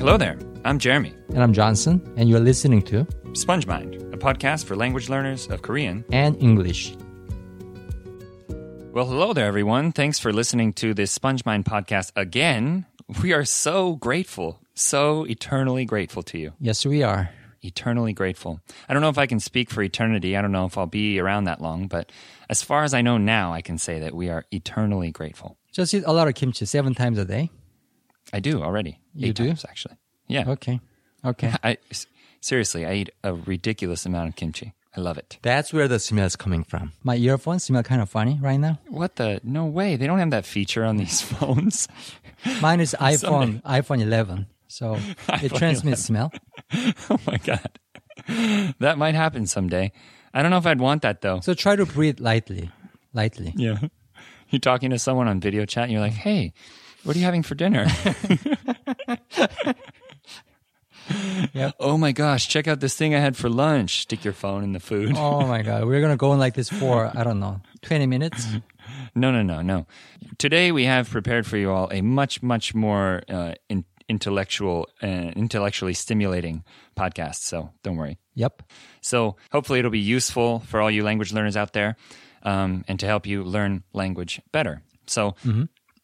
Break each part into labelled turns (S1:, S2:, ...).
S1: Hello there. I'm Jeremy,
S2: And I'm Johnson, and you're listening to
S1: Sponge Mind, a podcast for language learners of Korean.
S2: And English.
S1: Well, hello there, everyone. Thanks for listening to this Sponge Mind podcast again. We are so grateful, so eternally grateful to you.
S2: Yes, we are.
S1: Eternally grateful. I don't know if I can speak for eternity. I don't know if I'll be around that long, but as far as I know now, I can say that we are eternally grateful.
S2: Just eat a lot of kimchi seven times a day.
S1: I do already.
S2: You
S1: Eight
S2: do?
S1: times, actually. Yeah.
S2: Okay. Okay.
S1: I s seriously, I eat a ridiculous amount of kimchi. I love it.
S2: That's where the smell is coming from. My earphones smell kind of funny right now.
S1: What the? No way. They don't have that feature on these phones.
S2: Mine is iPhone, iPhone 11. So it transmits smell.
S1: oh my God. That might happen someday. I don't know if I'd want that though.
S2: So try to breathe lightly, lightly.
S1: Yeah. You're talking to someone on video chat and you're like, hey, what are you having for dinner?
S2: Yep.
S1: Oh my gosh, check out this thing I had for lunch. Stick your phone in the food.
S2: Oh my God. We're going to go on like this for, I don't know, 20 minutes.
S1: No, no, no, no. Today we have prepared for you all a much, much more uh, in- intellectual, uh, intellectually stimulating podcast. So don't worry.
S2: Yep.
S1: So hopefully it'll be useful for all you language learners out there, um, and to help you learn language better. So,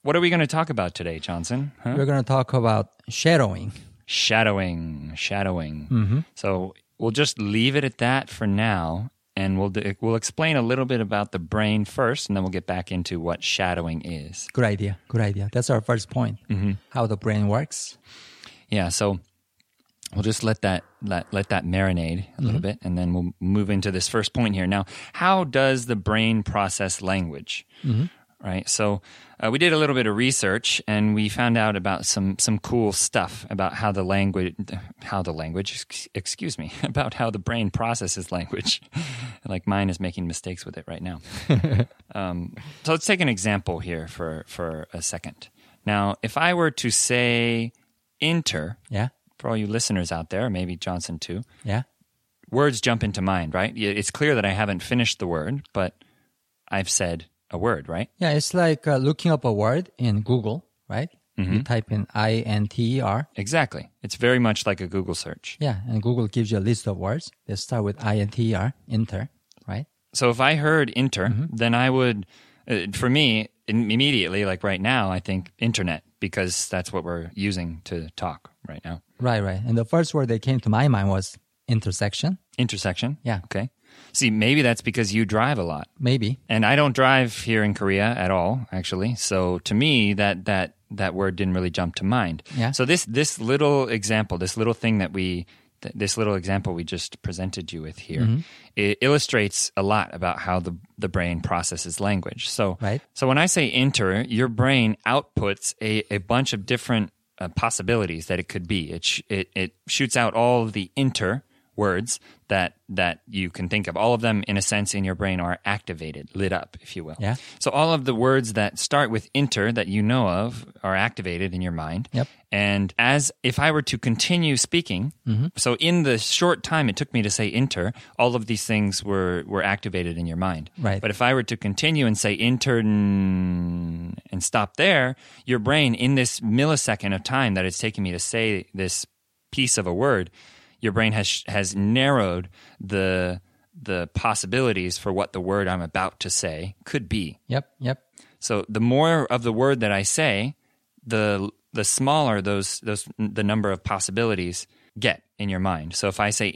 S1: what are we going to talk about today, Johnson? Huh?
S2: We're going to talk about shadowing.
S1: Shadowing, shadowing. So we'll just leave it at that for now, and we'll d- we'll explain a little bit about the brain first, and then we'll get back into what shadowing is.
S2: Good idea. Good idea. That's our first point. How the brain works.
S1: Yeah, so we'll just let that let, let that marinate a little bit and then we'll move into this first point here. Now, how does the brain process language? Right? So, uh, we did a little bit of research and we found out about some some cool stuff about how the language how the language ex- excuse me, about how the brain processes language. like mine is making mistakes with it right now. So let's take an example here for for a second. Now, if I were to say enter
S2: Yeah.
S1: for all you listeners out there, maybe Johnson too,
S2: Yeah.
S1: words jump into mind, right? Yeah, It's clear that I haven't finished the word, but I've said a word, right?
S2: Yeah, it's like uh, looking up a word in Google, right?
S1: Mm-hmm.
S2: You type in I N T E R.
S1: Exactly. It's very much like a Google search.
S2: Yeah, and Google gives you a list of words. They start with I N T E R, enter, right?
S1: So if I heard enter, then I would, uh, for me, im- immediately, like right now, I think internet because that's what we're using to talk right now.
S2: Right, right. And the first word that came to my mind was intersection.
S1: Intersection.
S2: Yeah.
S1: Okay. See, maybe that's because you drive a lot.
S2: Maybe.
S1: and I don't drive here in Korea at all, actually. So to me, that that that word didn't really jump to mind.
S2: Yeah.
S1: So this this little example, this little thing that we th- this little example we just presented you with here,
S2: Mm-hmm.
S1: it illustrates a lot about how the the brain processes language. So
S2: Right.
S1: so when I say enter, your brain outputs a, a bunch of different uh, possibilities that it could be. It, sh- it it shoots out all of the enter words that that you can think of. All of them, in a sense, in your brain are activated, lit up, if you will.
S2: Yeah.
S1: So all of the words that start with enter that you know of are activated in your mind.
S2: Yep.
S1: And as if I were to continue speaking,
S2: Mm-hmm.
S1: so in the short time it took me to say enter, all of these things were were activated in your mind.
S2: Right.
S1: But if I were to continue and say enter n- and stop there, your brain in this millisecond of time that it's taken me to say this piece of a word, your brain has has narrowed the the possibilities for what the word I'm about to say could be.
S2: Yep, yep.
S1: So the more of the word that I say, the the smaller those those the number of possibilities get in your mind. So if I say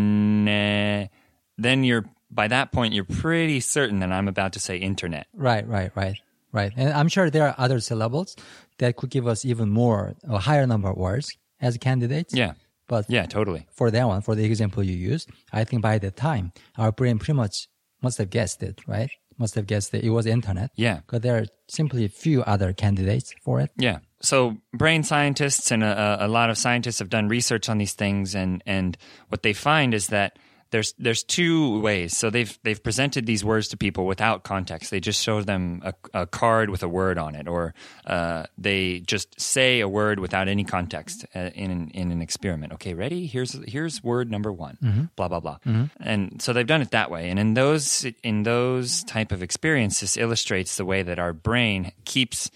S1: internet, then you're by that point you're pretty certain that I'm about to say internet.
S2: Right, right, right, right. And I'm sure there are other syllables that could give us even more, a higher number of words as candidates.
S1: Yeah.
S2: But
S1: Yeah, totally.
S2: for that one, for the example you used, I think by the time our brain pretty much must have guessed it, right? Must have guessed that it was internet.
S1: Yeah.
S2: Because there are simply a few other candidates for it.
S1: Yeah. So brain scientists and a, a a lot of scientists have done research on these things, and and what they find is that there's there's two ways. So they've they've presented these words to people without context. They just show them a, a card with a word on it, or uh, they just say a word without any context uh, in an, in an experiment. Okay, ready? Here's here's word number one. Blah blah blah. And so they've done it that way. And in those in those type of experiences, illustrates the way that our brain keeps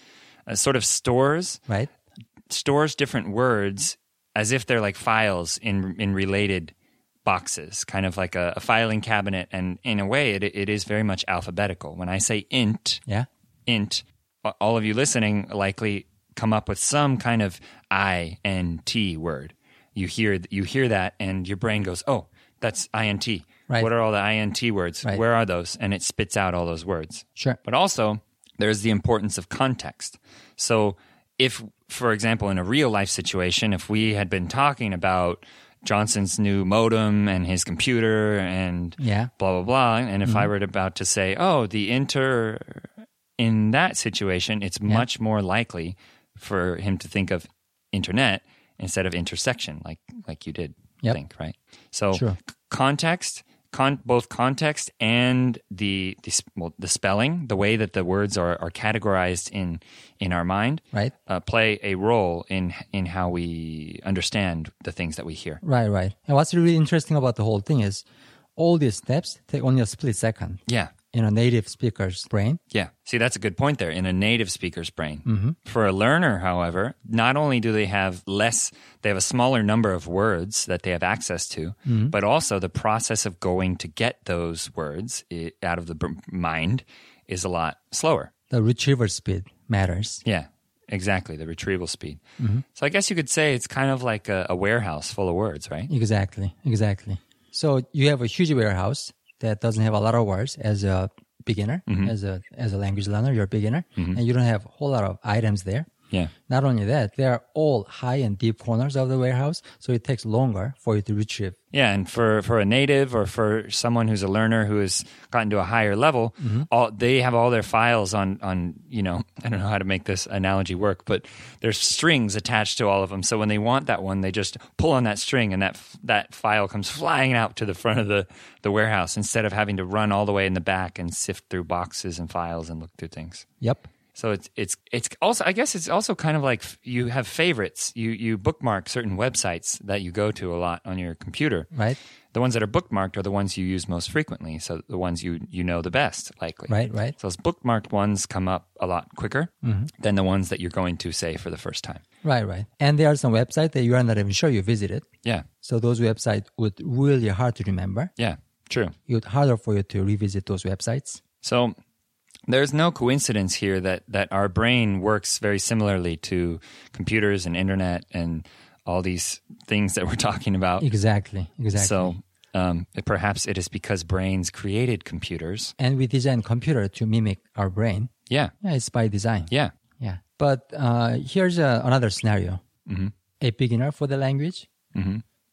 S1: uh, sort of stores
S2: Right?
S1: stores different words as if they're like files in in related boxes, kind of like a, a filing cabinet. And in a way, it it is very much alphabetical. When I say int,
S2: Yeah.
S1: int, a- all of you listening likely come up with some kind of i n t word. You hear you hear that, and your brain goes, "Oh, that's i n t."
S2: Right.
S1: What are all the i n t words?
S2: Right.
S1: Where are those? And it spits out all those words.
S2: Sure.
S1: But also, there's the importance of context. So, if, for example, in a real life situation, if we had been talking about Johnson's new modem and his computer and
S2: Yeah.
S1: blah, blah, blah, and if I
S2: Mm-hmm.
S1: were about to say, oh, the inter, in that situation, it's much more likely for him to think of internet instead of intersection, like, like you did
S2: Yep.
S1: think, right? So,
S2: Sure.
S1: c- context con- both context and the the, s- well, the spelling the way that the words are, are categorized in in our mind
S2: Right.
S1: uh, play a role in in how we understand the things that we hear
S2: Right, right. And what's really interesting about the whole thing is all these steps take only a split second
S1: yeah
S2: in a native speaker's brain.
S1: yeah Mm-hmm. see that's a good point there in a native speaker's brain for a learner however not only do they have less they have a smaller number of words that they have access to but also the process of going to get those words i out of the br- mind is a lot slower
S2: The retriever speed matters.
S1: Yeah, exactly. The retrieval speed. So I guess you could say it's kind of like a, a warehouse full of words, right?
S2: Exactly, exactly. So you have a huge warehouse that doesn't have a lot of words as a beginner, as a as a language learner, you're a beginner, and you don't have a whole lot of items there.
S1: Yeah.
S2: Not only that, they are all high and deep corners of the warehouse, so it takes longer for you to retrieve.
S1: Yeah, and for, for a native or for someone who's a learner who has gotten to a higher level, all they have all their files on on you know I don't know how to make this analogy work, but there's strings attached to all of them. So when they want that one, they just pull on that string, and that f- that file comes flying out to the front of the the warehouse instead of having to run all the way in the back and sift through boxes and files and look through things.
S2: Yep.
S1: So it's it's it's also I guess it's also kind of like f- you have favorites. You you bookmark certain websites that you go to a lot on your computer.
S2: Right.
S1: The ones that are bookmarked are the ones you use most frequently. So the ones you you know the best likely.
S2: Right, Mm-hmm. right.
S1: So those bookmarked ones come up a lot quicker than the ones that you're going to say for the first time.
S2: Right, right. And there are some websites that you are not even sure you visited.
S1: Yeah.
S2: So those websites would really hard to remember.
S1: Yeah. True.
S2: It would harder for you to revisit those websites.
S1: So there's no coincidence here that that our brain works very similarly to computers and internet and all these things that we're talking about.
S2: Exactly, exactly.
S1: So um, perhaps it is because brains created computers.
S2: and we design computer to mimic our brain.
S1: Yeah,
S2: Yeah, it's by design.
S1: yeah, Mm-hmm.
S2: Yeah. But uh, here's a, another scenario. A beginner for the language.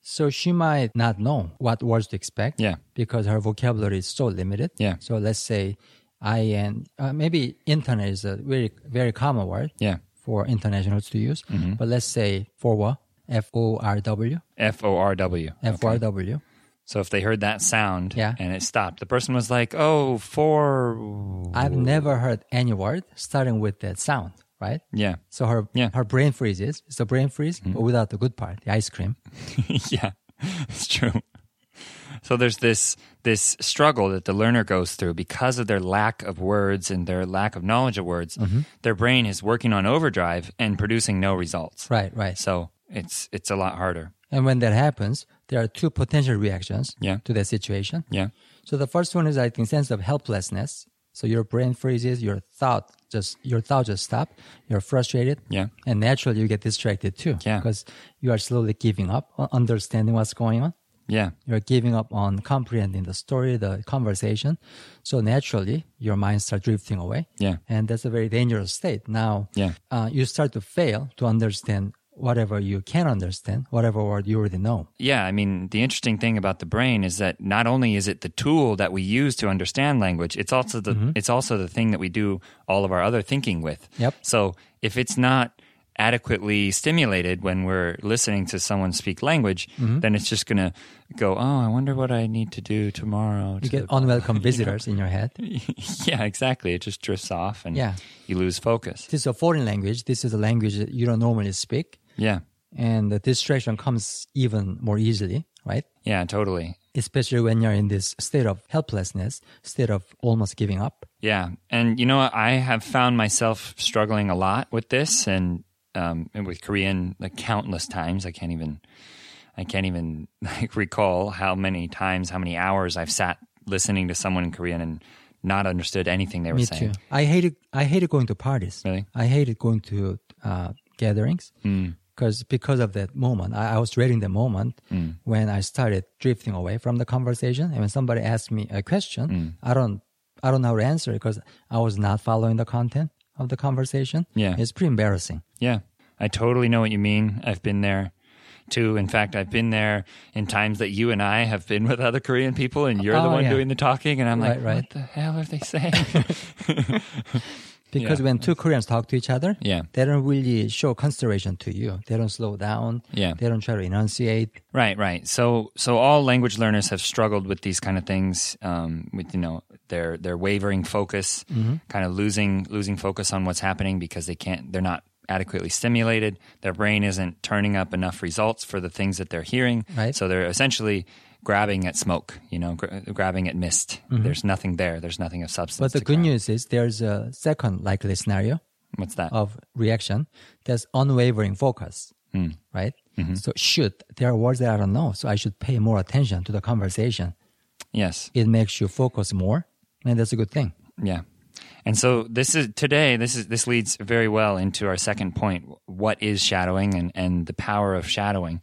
S2: So she might not know what words to expect
S1: Yeah.
S2: because her vocabulary is so limited.
S1: Yeah.
S2: So let's say I and uh, maybe internet is a very, very common word
S1: yeah.
S2: for internationals to use.
S1: Mm-hmm.
S2: But let's say forwa, F O R W,
S1: F O R W.
S2: F O R W.
S1: So if they heard that sound
S2: Yeah.
S1: and it stopped, the person was like, "Oh, four,
S2: I've never heard any word starting with that sound, right?
S1: yeah,
S2: So her
S1: Yeah. Mm-hmm.
S2: her brain freezes. It's a brain freeze, but without the good part, the ice cream.
S1: yeah." It's true. So there's this this struggle that the learner goes through because of their lack of words and their lack of knowledge of words.
S2: Mm-hmm.
S1: Their brain is working on overdrive and producing no results.
S2: Right, right.
S1: So it's it's a lot harder.
S2: And when that happens, there are two potential reactions
S1: Yeah.
S2: to that situation.
S1: Yeah.
S2: So the first one is I think sense of helplessness. So your brain freezes, your thought just your thought just stop. You're frustrated.
S1: Yeah.
S2: And naturally you get distracted too.
S1: Yeah.
S2: Because you are slowly giving up on understanding what's going on.
S1: Yeah.
S2: You're giving up on comprehending the story, the conversation. So naturally your mind starts drifting away.
S1: Yeah.
S2: And that's a very dangerous state. Now
S1: Yeah.
S2: uh, you start to fail to understand whatever you can understand, whatever word you already know.
S1: Yeah, I mean, the interesting thing about the brain is that not only is it the tool that we use to understand language, it's also the
S2: Mm-hmm.
S1: it's also the thing that we do all of our other thinking with.
S2: Yep.
S1: So, if it's not adequately stimulated when we're listening to someone speak language,
S2: Mm-hmm.
S1: then it's just going to go, "Oh, I wonder what I need to do tomorrow."
S2: You
S1: to-"
S2: get unwelcome visitors in your head.
S1: yeah, exactly. It just drifts off and
S2: Yeah.
S1: you lose focus.
S2: This is a foreign language. This is a language that you don't normally speak.
S1: Yeah.
S2: And the distraction comes even more easily, right?
S1: Yeah, totally.
S2: Especially when you're in this state of helplessness, state of almost giving up.
S1: Yeah. And you know, I have found myself struggling a lot with this and um, and with Korean like countless times. I can't even I can't even like recall how many times, how many hours I've sat listening to someone in Korean and not understood anything they were
S2: Me
S1: saying.
S2: too. I hated I hated going to parties.
S1: Really? Mm.
S2: I hated going to uh, gatherings because because of that moment. I, I was dreading the moment
S1: Mm.
S2: when I started drifting away from the conversation, and when somebody asked me a question,
S1: Mm.
S2: I don't I don't know how to answer it because I was not following the content of the conversation.
S1: Yeah.
S2: it's pretty embarrassing.
S1: Yeah, I totally know what you mean. I've been there too. In fact, I've been there in times that you and I have been with other Korean people, and you're the
S2: Oh,
S1: one
S2: yeah.
S1: doing the talking, and I'm like,
S2: Right, right.
S1: what the hell are they saying?
S2: Because
S1: Yeah.
S2: when two Koreans talk to each other,
S1: Yeah.
S2: they don't really show consideration to you. They don't slow down.
S1: Yeah.
S2: They don't try to enunciate.
S1: right, right. So, so all language learners have struggled with these kind of things, um, with you know their their wavering focus,
S2: Mm-hmm.
S1: kind of losing losing focus on what's happening because they can't, they're not adequately stimulated. Their brain isn't turning up enough results for the things that they're hearing.
S2: Right.
S1: So they're essentially grabbing at smoke, you know, gra- grabbing at mist. There's nothing there. There's nothing of substance.
S2: Mm-hmm. But the
S1: to
S2: good
S1: grab.
S2: news is there's a second likely scenario
S1: What's that?
S2: of reaction that's unwavering focus,
S1: Hmm.
S2: right?
S1: Mm-hmm.
S2: So should there are words that I don't know, so I should pay more attention to the conversation.
S1: yes.
S2: It makes you focus more, and that's a good thing.
S1: Yeah. And so this is today this is this leads very well into our second point what is shadowing and and the power of shadowing.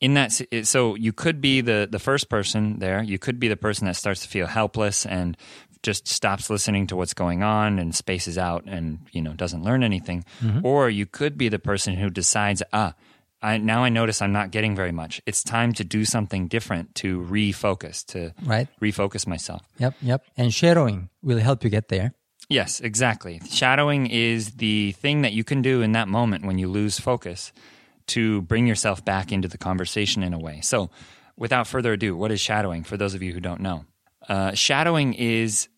S1: In that s- it- so you could be the the first person there, you could be the person that starts to feel helpless and just stops listening to what's going on and spaces out and you know doesn't learn anything or you could be the person who decides ah I, now I notice I'm not getting very much. It's time to do something different to refocus, to
S2: Right.
S1: refocus myself.
S2: Yep, yep. And shadowing will help you get there.
S1: Yes, exactly. Shadowing is the thing that you can do in that moment when you lose focus to bring yourself back into the conversation in a way. So, without further ado, what is shadowing for those of you who don't know? Uh, shadowing is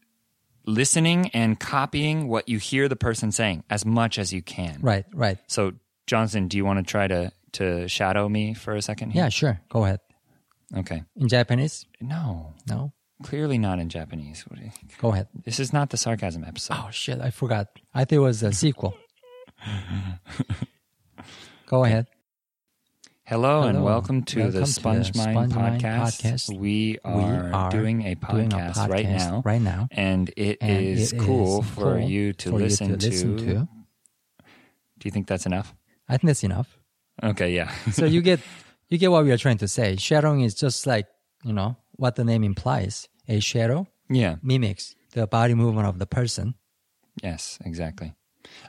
S1: listening and copying what you hear the person saying as much as you can.
S2: Right, right.
S1: So, Johnson, do you want to try to, to shadow me for a second
S2: Yeah,
S1: here?
S2: sure. Go ahead.
S1: Yeah. Okay.
S2: In Japanese?
S1: No,
S2: No.
S1: clearly not in Japanese. What do you-
S2: Go ahead.
S1: This is not the sarcasm episode.
S2: Oh shit, I forgot. I think it was a sequel. Go ahead.
S1: Hello, and
S2: Hello.
S1: welcome to
S2: Welcome
S1: the
S2: to the
S1: Sponge Mind
S2: Sponge Mind
S1: podcast.
S2: podcast.
S1: We are,
S2: are
S1: doing a podcast,
S2: doing a
S1: right
S2: podcast
S1: now,
S2: right now.
S1: and it is
S2: And it
S1: cool
S2: is
S1: for
S2: cool
S1: you to
S2: for you
S1: listen to.
S2: listen to.
S1: Do you think that's enough?
S2: I think that's enough.
S1: Okay, yeah,
S2: so you get you get what we are trying to say. Shadowing is just like you know what the name implies. A shadow
S1: yeah,
S2: mimics the body movement of the person.
S1: yes, exactly.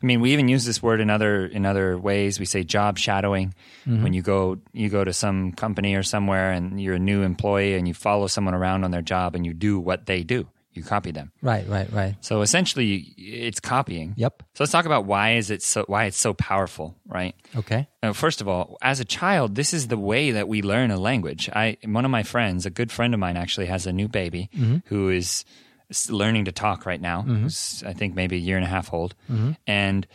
S1: I mean, we even use this word in other in other ways. We say job shadowing
S2: Mm-hmm.
S1: when you go you go to some company or somewhere, and you're a new employee, and you follow someone around on their job, and you do what they do. You copy them.
S2: Right, right, right.
S1: So essentially, it's copying.
S2: Yep.
S1: So let's talk about why is it so why it's so powerful, right?
S2: Okay.
S1: Uh, first of all, as a child, this is the way that we learn a language. I one of my friends, a good friend of mine, actually has a new baby
S2: Mm-hmm.
S1: who is s- learning to talk right now. who's, I think maybe a year and a half old,
S2: Mm-hmm.
S1: and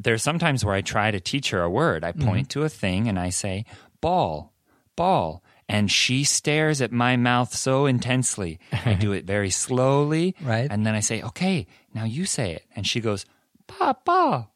S1: there's sometimes where I try to teach her a word. I point
S2: Mm-hmm.
S1: to a thing and I say ball, ball. And she stares at my mouth so intensely. I do it very slowly.
S2: Right.
S1: And then I say, okay, now you say it. And she goes, ba, ba,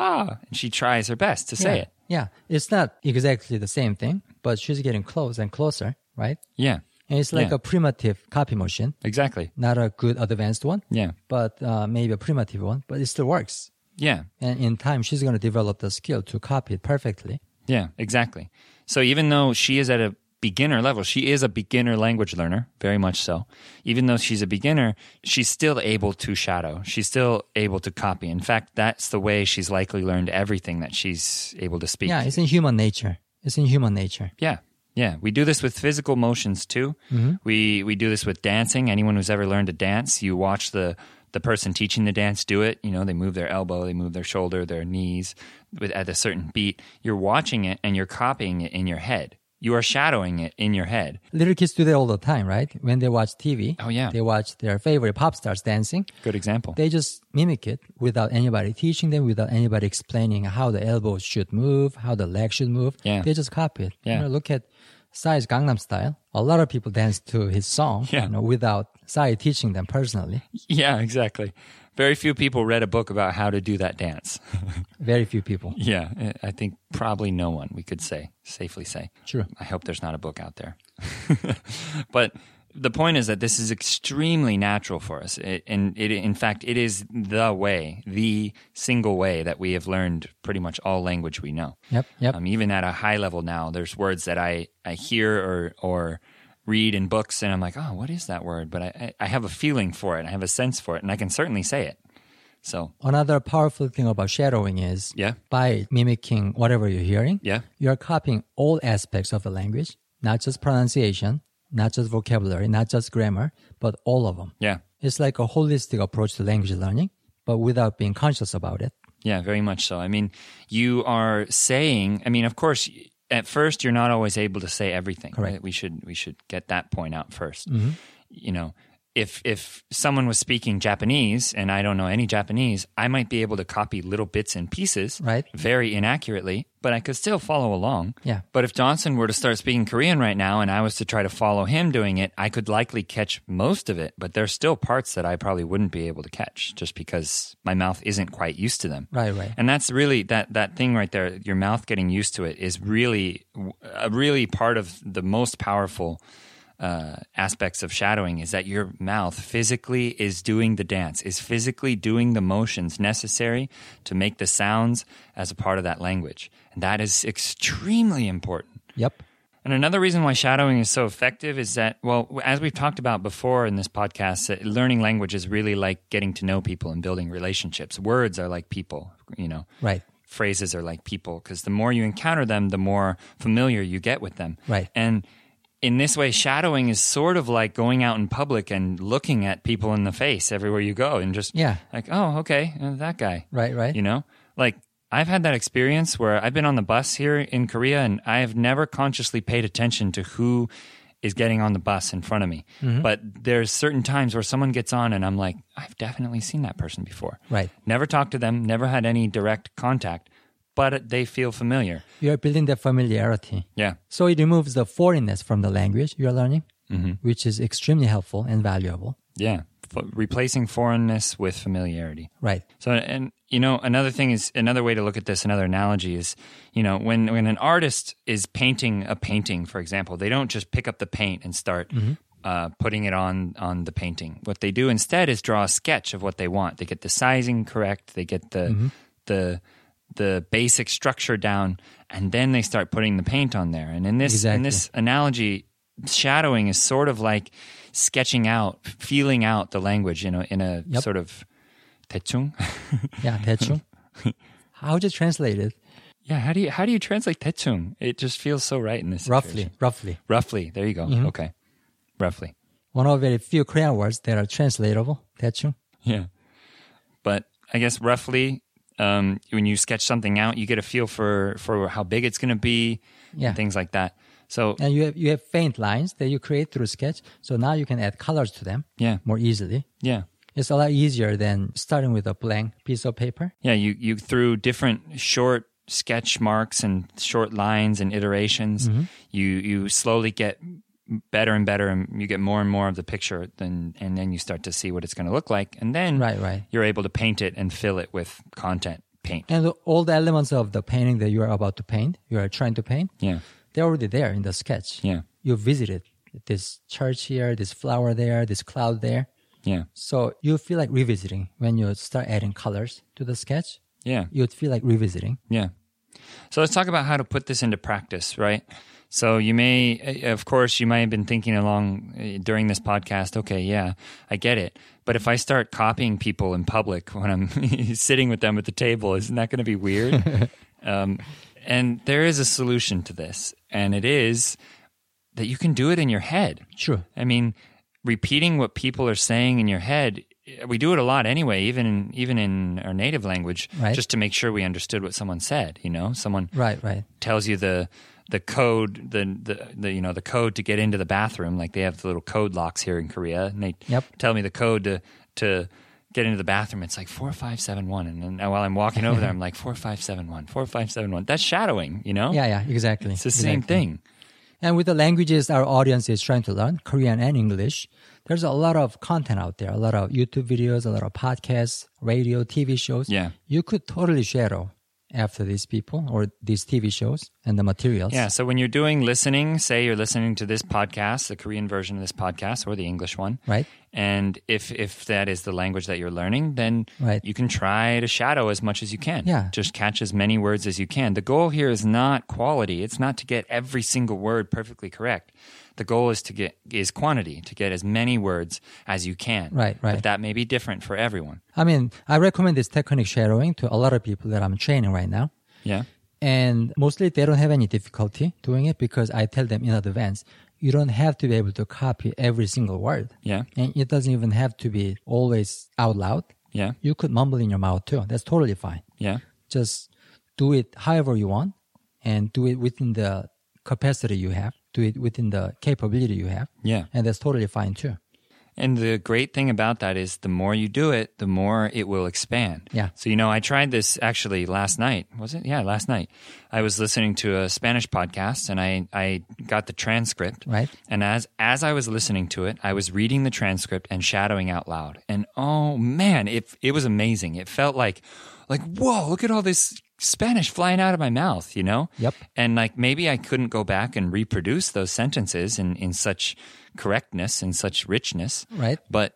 S1: ba. And she tries her best to say
S2: yeah.
S1: it.
S2: Yeah. It's not exactly the same thing, but she's getting close and closer, right?
S1: Yeah,
S2: And it's like
S1: Yeah.
S2: a primitive copy machine,
S1: exactly.
S2: not a good advanced one,
S1: Yeah,
S2: but uh, maybe a primitive one. But it still works.
S1: yeah,
S2: And in time, she's going to develop the skill to copy it perfectly.
S1: yeah, exactly. So even though she is at a beginner level, she is a beginner language learner, very much so. Even though she's a beginner, she's still able to shadow. She's still able to copy. In fact, that's the way she's likely learned everything that she's able to speak.
S2: Yeah, it's in human nature. It's in human nature.
S1: Yeah. Yeah, we do this with physical motions too. We we do this with dancing. Anyone who's ever learned to dance, you watch the the person teaching the dance do it. You know, they move their elbow, they move their shoulder, their knees with, at a certain beat. You're watching it and you're copying it in your head. You are shadowing it in your head.
S2: Little kids do that all the time, right? When they watch TV,
S1: Oh, yeah.
S2: they watch their favorite pop stars dancing.
S1: Good example.
S2: They just mimic it without anybody teaching them, without anybody explaining how the elbows should move, how the leg should move.
S1: Yeah.
S2: They just copy it. You
S1: Yeah.
S2: know, look at Psy's Gangnam Style. A lot of people dance to his song
S1: Yeah.
S2: you know, without Psy teaching them personally.
S1: Yeah, exactly. very few people read a book about how to do that dance.
S2: Very few people.
S1: yeah, I think probably no one, we could say, safely say.
S2: True.
S1: I hope there's not a book out there. but the point is that this is extremely natural for us. It, and it, in fact, it is the way, the single way that we have learned pretty much all language we know.
S2: Yep. Yep.
S1: Um, even at a high level now, there's words that I, I hear or, or read in books, and I'm like, oh, what is that word? But I, I, I have a feeling for it, I have a sense for it, and I can certainly say it. So,
S2: Another powerful thing about shadowing is
S1: Yeah.
S2: by mimicking whatever you're hearing,
S1: yeah,
S2: you're copying all aspects of the language, not just pronunciation, not just vocabulary, not just grammar, but all of them.
S1: yeah,
S2: It's like a holistic approach to language learning, but without being conscious about it.
S1: yeah, very much so. I mean, you are saying, I mean, of course, at first you're not always able to say everything.
S2: Correct.
S1: right?
S2: Mm-hmm.
S1: We should we should get that point out 1st You know, if if someone was speaking Japanese and I don't know any Japanese, I might be able to copy little bits and pieces,
S2: Right.
S1: very inaccurately, but I could still follow along.
S2: Yeah.
S1: But if Johnson were to start speaking Korean right now and I was to try to follow him doing it, I could likely catch most of it, but there's still parts that I probably wouldn't be able to catch just because my mouth isn't quite used to them.
S2: Right, right.
S1: And that's really that that thing right there, your mouth getting used to it is really a really part of the most powerful uh, aspects of shadowing is that your mouth physically is doing the dance, is physically doing the motions necessary to make the sounds as a part of that language. And that is extremely important.
S2: Yep.
S1: And another reason why shadowing is so effective is that, well, as we've talked about before in this podcast, that learning language is really like getting to know people and building relationships. Words are like people, you know.
S2: Right.
S1: Phrases are like people because the more you encounter them, the more familiar you get with them.
S2: Right.
S1: And in this way, shadowing is sort of like going out in public and looking at people in the face everywhere you go and just,
S2: Yeah.
S1: like, oh, okay, uh, that guy.
S2: Right, right.
S1: You know, like I've had that experience where I've been on the bus here in Korea and I have never consciously paid attention to who is getting on the bus in front of me.
S2: Mm-hmm.
S1: But there's certain times where someone gets on and I'm like, I've definitely seen that person before.
S2: Right.
S1: Never talked to them, never had any direct contact, but they feel familiar.
S2: You're building that familiarity.
S1: Yeah.
S2: So it removes the foreignness from the language you're learning,
S1: Mm-hmm.
S2: which is extremely helpful and valuable.
S1: Yeah. F- replacing foreignness with familiarity.
S2: Right.
S1: So, and you know, another thing is another way to look at this. Another analogy is, you know, when when an artist is painting a painting, for example, they don't just pick up the paint and start
S2: Mm-hmm.
S1: uh, putting it on on the painting. What they do instead is draw a sketch of what they want. They get the sizing correct. They get the
S2: Mm-hmm.
S1: the the basic structure down, and then they start putting the paint on there. And in this in
S2: Exactly.
S1: this analogy, shadowing is sort of like sketching out, feeling out the language, you know, in a
S2: Yep.
S1: sort of 대충
S2: Yeah, 대충. How would you translate it?
S1: Yeah, how do you how do you translate 대충? It just feels so right in this
S2: Roughly,
S1: situation.
S2: roughly. Mm-hmm.
S1: Roughly, there you go. Okay, roughly.
S2: One of very few Korean words that are translatable, 대충.
S1: Yeah, but I guess roughly, um, when you sketch something out, you get a feel for for how big it's going to be,
S2: Yeah.
S1: and things like that. So
S2: And you have, you have faint lines that you create through sketch. So now you can add colors to them
S1: yeah,
S2: more easily.
S1: yeah,
S2: It's a lot easier than starting with a blank piece of paper.
S1: yeah. You you through different short sketch marks and short lines and iterations,
S2: Mm-hmm.
S1: you you slowly get better and better, and you get more and more of the picture. Then and then you start to see what it's going to look like, and then
S2: Right, right.
S1: you're able to paint it and fill it with content paint.
S2: And all the elements of the painting that you are about to paint, you are trying to paint,
S1: Yeah.
S2: they're already there in the sketch.
S1: Yeah.
S2: You visited this church here, this flower there, this cloud there.
S1: Yeah.
S2: So you feel like revisiting when you start adding colors to the sketch.
S1: Yeah.
S2: You'd feel like revisiting.
S1: Yeah. So let's talk about how to put this into practice, right? So you may, eh, of course, you might have been thinking along eh, during this podcast. Okay, yeah, I get it. But if I start copying people in public when I'm sitting with them at the table, isn't that going to be weird? um, and there is a solution to this, and it is that you can do it in your head.
S2: Sure.
S1: I mean, repeating what people are saying in your head. We do it a lot anyway, even in, even in our native language,
S2: Right.
S1: just to make sure we understood what someone said. You know, someone
S2: Right, right.
S1: tells you the the code, the, the the you know the code to get into the bathroom. Like they have the little code locks here in Korea, and they
S2: Yep.
S1: tell me the code to to get into the bathroom. It's like four five seven one, and then while I'm walking over there, I'm like four five seven one, four five seven one. That's shadowing, you know.
S2: Yeah, yeah, exactly.
S1: it's the same thing.
S2: And with the languages our audience is trying to learn, Korean and English, there's a lot of content out there, a lot of YouTube videos, a lot of podcasts, radio, TV shows.
S1: Yeah.
S2: You could totally shadow after these people or these TV shows and the materials.
S1: Yeah. So when you're doing listening, say you're listening to this podcast, the Korean version of this podcast or the English one,
S2: Right?
S1: and if if that is the language that you're learning, then
S2: Right.
S1: you can try to shadow as much as you can.
S2: Yeah.
S1: Just catch as many words as you can. The goal here is not quality. It's not to get every single word perfectly correct. The goal is to get is quantity, to get as many words as you can.
S2: Right, right.
S1: But that may be different for everyone.
S2: I mean, I recommend this technique shadowing to a lot of people that I'm training right now.
S1: Yeah.
S2: And mostly they don't have any difficulty doing it because I tell them in advance, you don't have to be able to copy every single word.
S1: Yeah.
S2: And it doesn't even have to be always out loud.
S1: Yeah.
S2: You could mumble in your mouth too. That's totally fine.
S1: Yeah.
S2: Just do it however you want and do it within the capacity you have, do it within the capability you have.
S1: Yeah.
S2: And that's totally fine too.
S1: And the great thing about that is the more you do it, the more it will expand.
S2: Yeah.
S1: So, you know, I tried this actually last night, was it? Yeah, last night. I was listening to a Spanish podcast and I, I got the transcript.
S2: Right.
S1: And as, as I was listening to it, I was reading the transcript and shadowing out loud. And oh man, it, it was amazing. It felt like, like, whoa, look at all this Spanish flying out of my mouth, you know?
S2: Yep.
S1: And like maybe I couldn't go back and reproduce those sentences in, in such correctness and such richness.
S2: Right.
S1: But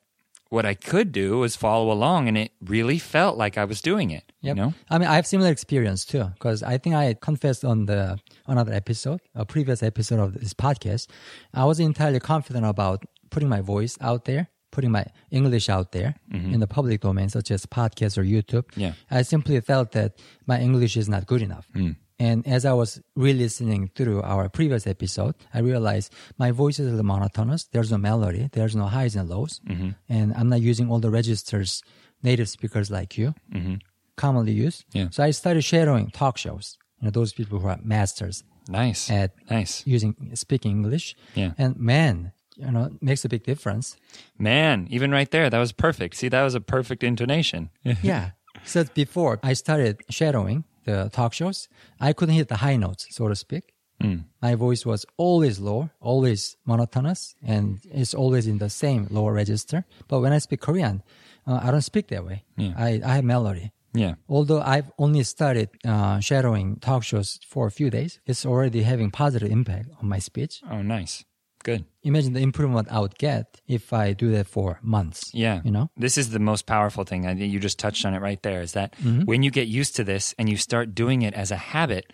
S1: what I could do was follow along and it really felt like I was doing it. You
S2: Yep.
S1: know?
S2: I mean, I have similar experience too, because I think I confessed on the another episode, a previous episode of this podcast. I was entirely confident about putting my voice out there, putting my English out there in the public domain, such as podcasts or YouTube.
S1: Mm-hmm. Yeah.
S2: I simply felt that my English is not good enough.
S1: Hmm.
S2: And as I was re-listening through our previous episode, I realized my voice is a little monotonous. There's no melody. There's no highs and lows.
S1: Mm-hmm.
S2: And I'm not using all the registers native speakers like you commonly use.
S1: Mm-hmm. Yeah.
S2: So I started shadowing talk shows. You know, those people who are masters
S1: Nice.
S2: at
S1: nice.
S2: using speaking English.
S1: Yeah.
S2: And man, you know, it makes a big difference.
S1: Man, even right there, that was perfect. See, that was a perfect intonation.
S2: yeah. So before I started shadowing the talk shows, I couldn't hit the high notes, so to speak. My voice was always low, always monotonous, and it's always in the same lower register. But when I speak Korean, uh, I don't speak that way. I, I have melody.
S1: yeah.
S2: Although I've only started uh, shadowing talk shows for a few days, it's already having positive impact on my speech.
S1: Oh, nice. Good.
S2: Imagine the improvement I would get if I do that for months.
S1: Yeah.
S2: You know?
S1: this is the most powerful thing. I think you just touched on it right there is that
S2: Mm-hmm.
S1: when you get used to this and you start doing it as a habit,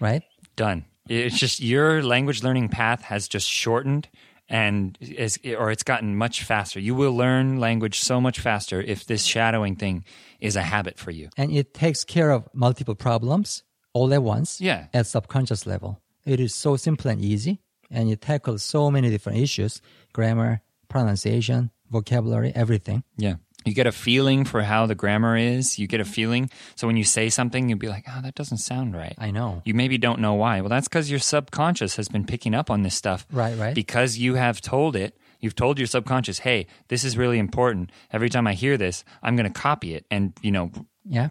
S2: Right?
S1: done. It's just your language learning path has just shortened and is or it's gotten much faster. You will learn language so much faster if this shadowing thing is a habit for you.
S2: And it takes care of multiple problems all at once
S1: Yeah.
S2: at subconscious level. It is so simple and easy, and it tackles so many different issues grammar, pronunciation, vocabulary, everything.
S1: Yeah. You get a feeling for how the grammar is. You get a feeling. So when you say something, you'll be like, oh, that doesn't sound right.
S2: I know.
S1: You maybe don't know why. Well, that's because your subconscious has been picking up on this stuff.
S2: Right, right.
S1: Because you have told it, you've told your subconscious, hey, this is really important. Every time I hear this, I'm going to copy it and, you know,
S2: Yeah.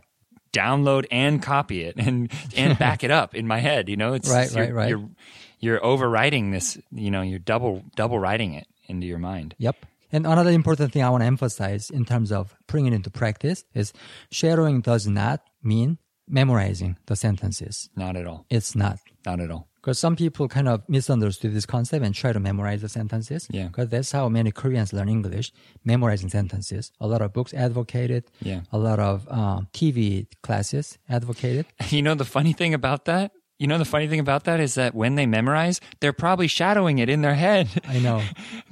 S1: download and copy it and and back it up in my head. You know, it's
S2: Right,
S1: it's- you're-
S2: right, right.
S1: You're, you're overwriting this. You know, you're double double writing it into your mind.
S2: Yep. And another important thing I want to emphasize in terms of putting it into practice is shadowing does not mean memorizing the sentences.
S1: Not at all.
S2: It's not.
S1: Not at all.
S2: Because some people kind of misunderstood this concept and try to memorize the sentences.
S1: Yeah.
S2: Because that's how many Koreans learn English, memorizing sentences. A lot of books advocate it.
S1: Yeah.
S2: A lot of um, TV classes advocate it.
S1: You know the funny thing about that? You know the funny thing about that is that when they memorize, they're probably shadowing it in their head.
S2: I know.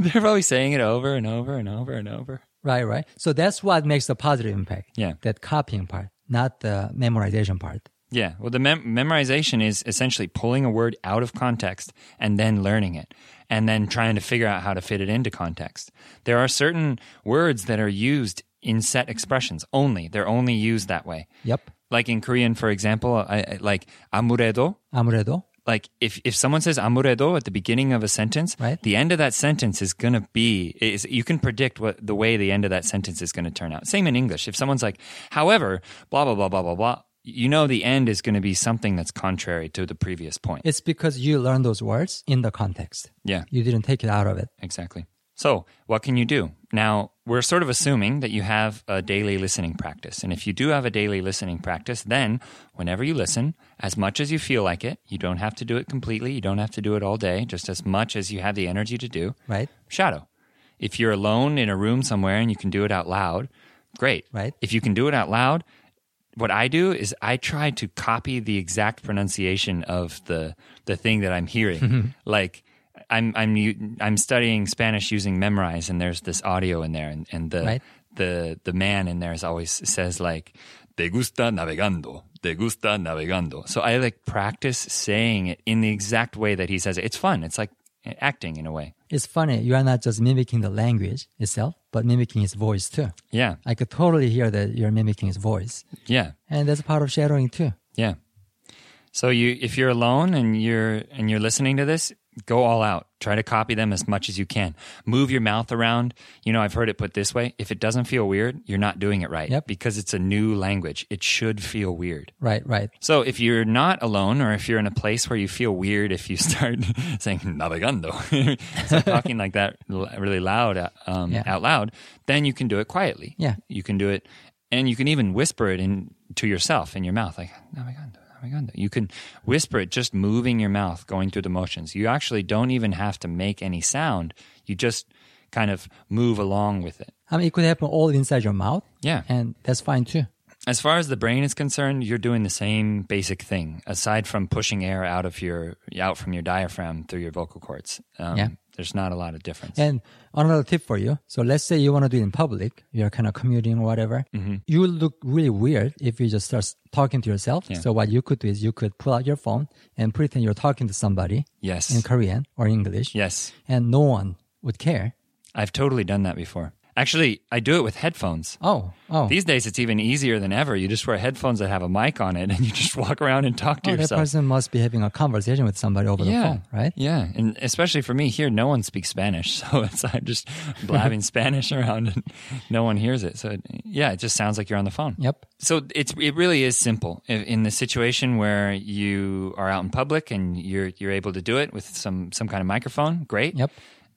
S1: they're probably saying it over and over and over and over.
S2: right, right. So that's what makes the positive impact.
S1: Yeah.
S2: That copying part, not the memorization part.
S1: Yeah. Well, the mem- memorization is essentially pulling a word out of context and then learning it and then trying to figure out how to fit it into context. There are certain words that are used in set expressions only. They're only used that way.
S2: Yep.
S1: Like in Korean, for example, I, I, like 아무래도,
S2: 아무래도.
S1: like if, if someone says amuredo at the beginning of a sentence,
S2: Right.
S1: the end of that sentence is going to be is you can predict what the way the end of that sentence is going to turn out. Same in English. If someone's like, however, blah blah blah blah blah blah, you know the end is going to be something that's contrary to the previous point.
S2: It's because you learned those words in the context.
S1: yeah,
S2: You didn't take it out of it.
S1: exactly. So, what can you do? Now, we're sort of assuming that you have a daily listening practice. And if you do have a daily listening practice, then whenever you listen, as much as you feel like it, you don't have to do it completely, you don't have to do it all day, just as much as you have the energy to do,
S2: Right?
S1: shadow. If you're alone in a room somewhere and you can do it out loud, great.
S2: Right.
S1: If you can do it out loud, what I do is I try to copy the exact pronunciation of the the thing that I'm
S2: Mm-hmm.
S1: hearing. like I'm I'm u- I'm studying Spanish using memorize, and there's this audio in there, and, and the
S2: Right.
S1: the the man in there is always says like "te gusta navegando." Te gusta navegando. So I like practice saying it in the exact way that he says it. It's fun. It's like acting in a way.
S2: It's funny. You are not just mimicking the language itself, but mimicking his voice too.
S1: Yeah.
S2: I could totally hear that you're mimicking his voice.
S1: Yeah.
S2: And that's part of shadowing too.
S1: Yeah. So you if you're alone and you're and you're listening to this, go all out. Try to copy them as much as you can. Move your mouth around. You know, I've heard it put this way, if it doesn't feel weird, you're not doing it right
S2: Yep.
S1: because it's a new language. It should feel weird.
S2: Right, right.
S1: So if you're not alone or if you're in a place where you feel weird if you start saying navegando, so talking like that l- really loud um,
S2: Yeah.
S1: out loud, then you can do it quietly.
S2: Yeah.
S1: You can do it and you can even whisper it in to yourself in your mouth like navegando, navegando. You can whisper it just moving your mouth, going through the motions. You actually don't even have to make any sound. You just kind of move along with it.
S2: I mean, it could happen all inside your mouth.
S1: Yeah.
S2: And that's fine too.
S1: as far as the brain is concerned, you're doing the same basic thing. Aside from pushing air out of your out from your diaphragm through your vocal cords, um,
S2: Yeah.
S1: there's not a lot of difference.
S2: And another tip for you. So let's say you want to do it in public. You're kind of commuting or whatever.
S1: Mm-hmm.
S2: You will look really weird if you just start talking to yourself. So what you could do is you could pull out your phone and pretend you're talking to somebody
S1: yes,
S2: in Korean or English.
S1: yes,
S2: And no one would care.
S1: I've totally done that before. Actually, I do it with headphones.
S2: Oh, oh.
S1: These days, it's even easier than ever. You just wear headphones that have a mic on it, and you just walk around and talk to
S2: oh, that
S1: yourself.
S2: person must be having a conversation with somebody over the phone, right?
S1: Yeah, and especially for me here, no one speaks Spanish, so it's I'm just blabbing Spanish around, and no one hears it. So yeah, it just sounds like you're on the phone.
S2: Yep.
S1: So it's it really is simple in, in the situation where you are out in public and you're you're able to do it with some some kind of microphone. Great.
S2: Yep.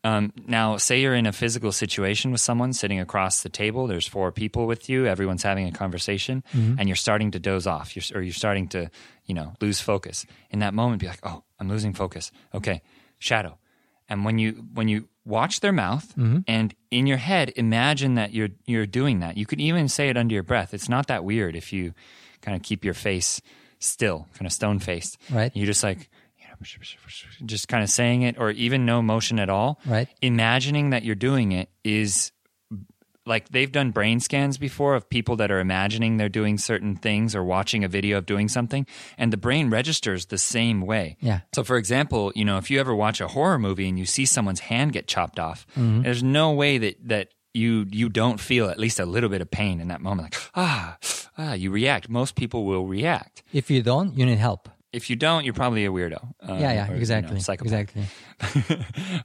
S1: Um, now, say you're in a physical situation with someone sitting across the table. There's four people with you. Everyone's having a conversation, and you're starting to doze off, you're, or you're starting to, you know, lose focus. In that moment, be like, "Oh, I'm losing focus." Okay, shadow. And when you when you watch their mouth, and in your head, imagine that you're you're doing that. You could even say it under your breath. It's not that weird if you kind of keep your face still, kind of stone faced.
S2: Right.
S1: You're just like. you know, Just kind of saying it, or even no motion at all
S2: Right.
S1: imagining that you're doing it is like they've done brain scans before of people that are imagining they're doing certain things or watching a video of doing something and the brain registers the same way
S2: Yeah.
S1: so for example you know if you ever watch a horror movie and you see someone's hand get chopped off
S2: Mm-hmm.
S1: there's no way that that you you don't feel at least a little bit of pain in that moment like ah ah you react most people will react
S2: If you don't, you need help.
S1: if you don't you're probably a weirdo um,
S2: yeah, yeah,
S1: or, you know,
S2: exactly.
S1: psychopath.
S2: exactly.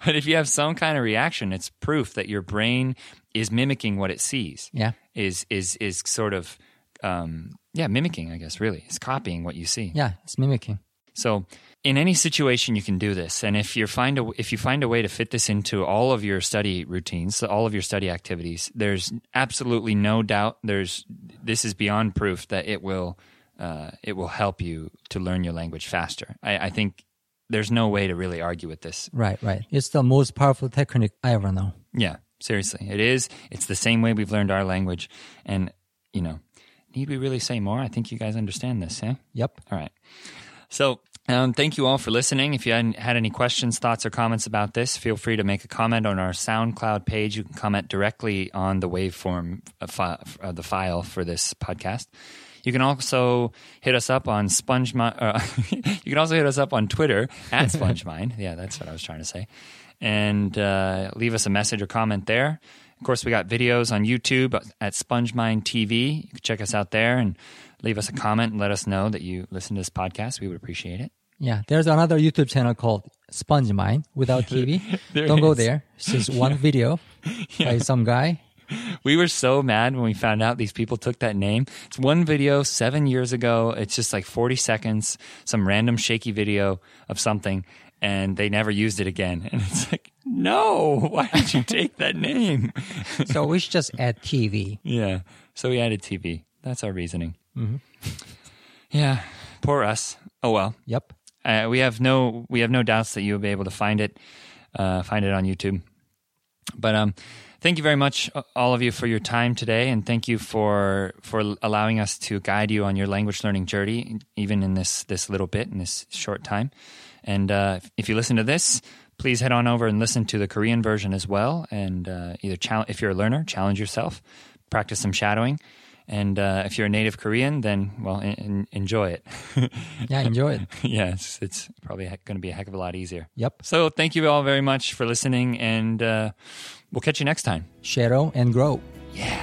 S1: but if you have some kind of reaction, it's proof that your brain is mimicking what it sees.
S2: Yeah.
S1: Is is is sort of um, yeah, mimicking, I guess, really. It's copying what you see.
S2: Yeah, it's mimicking.
S1: So in any situation you can do this. And if you find a if you find a way to fit this into all of your study routines, so all of your study activities, there's absolutely no doubt there's this is beyond proof that it will uh, it will help you to learn your language faster. I, I think there's no way to really argue with this.
S2: Right, right. It's the most powerful technique I ever know.
S1: Yeah, seriously. It is. It's the same way we've learned our language. And, you know, need we really say more? I think you guys understand this, eh?
S2: Yep.
S1: All right. So, um, thank you all for listening. If you hadn't- had any questions, thoughts, or comments about this, feel free to make a comment on our SoundCloud page. You can comment directly on the waveform, uh, fi- uh, the file for this podcast. You can also hit us up on SpongeMine. Uh, you can also hit us up on Twitter at SpongeMine. Yeah, that's what I was trying to say. And uh, leave us a message or comment there. Of course, we got videos on YouTube at SpongeMind TV. You can check us out there and leave us a comment and let us know that you listen to this podcast. We would appreciate it.
S2: Yeah, there's another YouTube channel called Sponge Mine without TV.
S1: There
S2: Don't go
S1: is.
S2: there. It's just one video by some guy
S1: we were so mad when we found out these people took that name. It's one video seven years ago. It's just like 40 seconds, some random shaky video of something, and they never used it again. And it's like, no, why did you take that name?
S2: so we should just add TV.
S1: yeah. So we added TV. That's our reasoning. Mm-hmm. Yeah. Poor us. Oh, well.
S2: Yep.
S1: Uh, we have no we have no doubts that you'll be able to find it uh, find it on YouTube. But um, thank you very much, uh, all of you, for your time today, and thank you for for allowing us to guide you on your language learning journey, even in this this little bit in this short time. And uh, if- if you listen to this, please head on over and listen to the Korean version as well. And uh, either challenge if you're a learner, challenge yourself, practice some shadowing. And uh, if you're a native Korean, then well, en- en- enjoy it.
S2: Yeah, enjoy it.
S1: yeah, it's, it's probably going to be a heck of a lot easier.
S2: Yep.
S1: So thank you all very much for listening, and uh, we'll catch you next time.
S2: Shadow and grow.
S1: Yeah.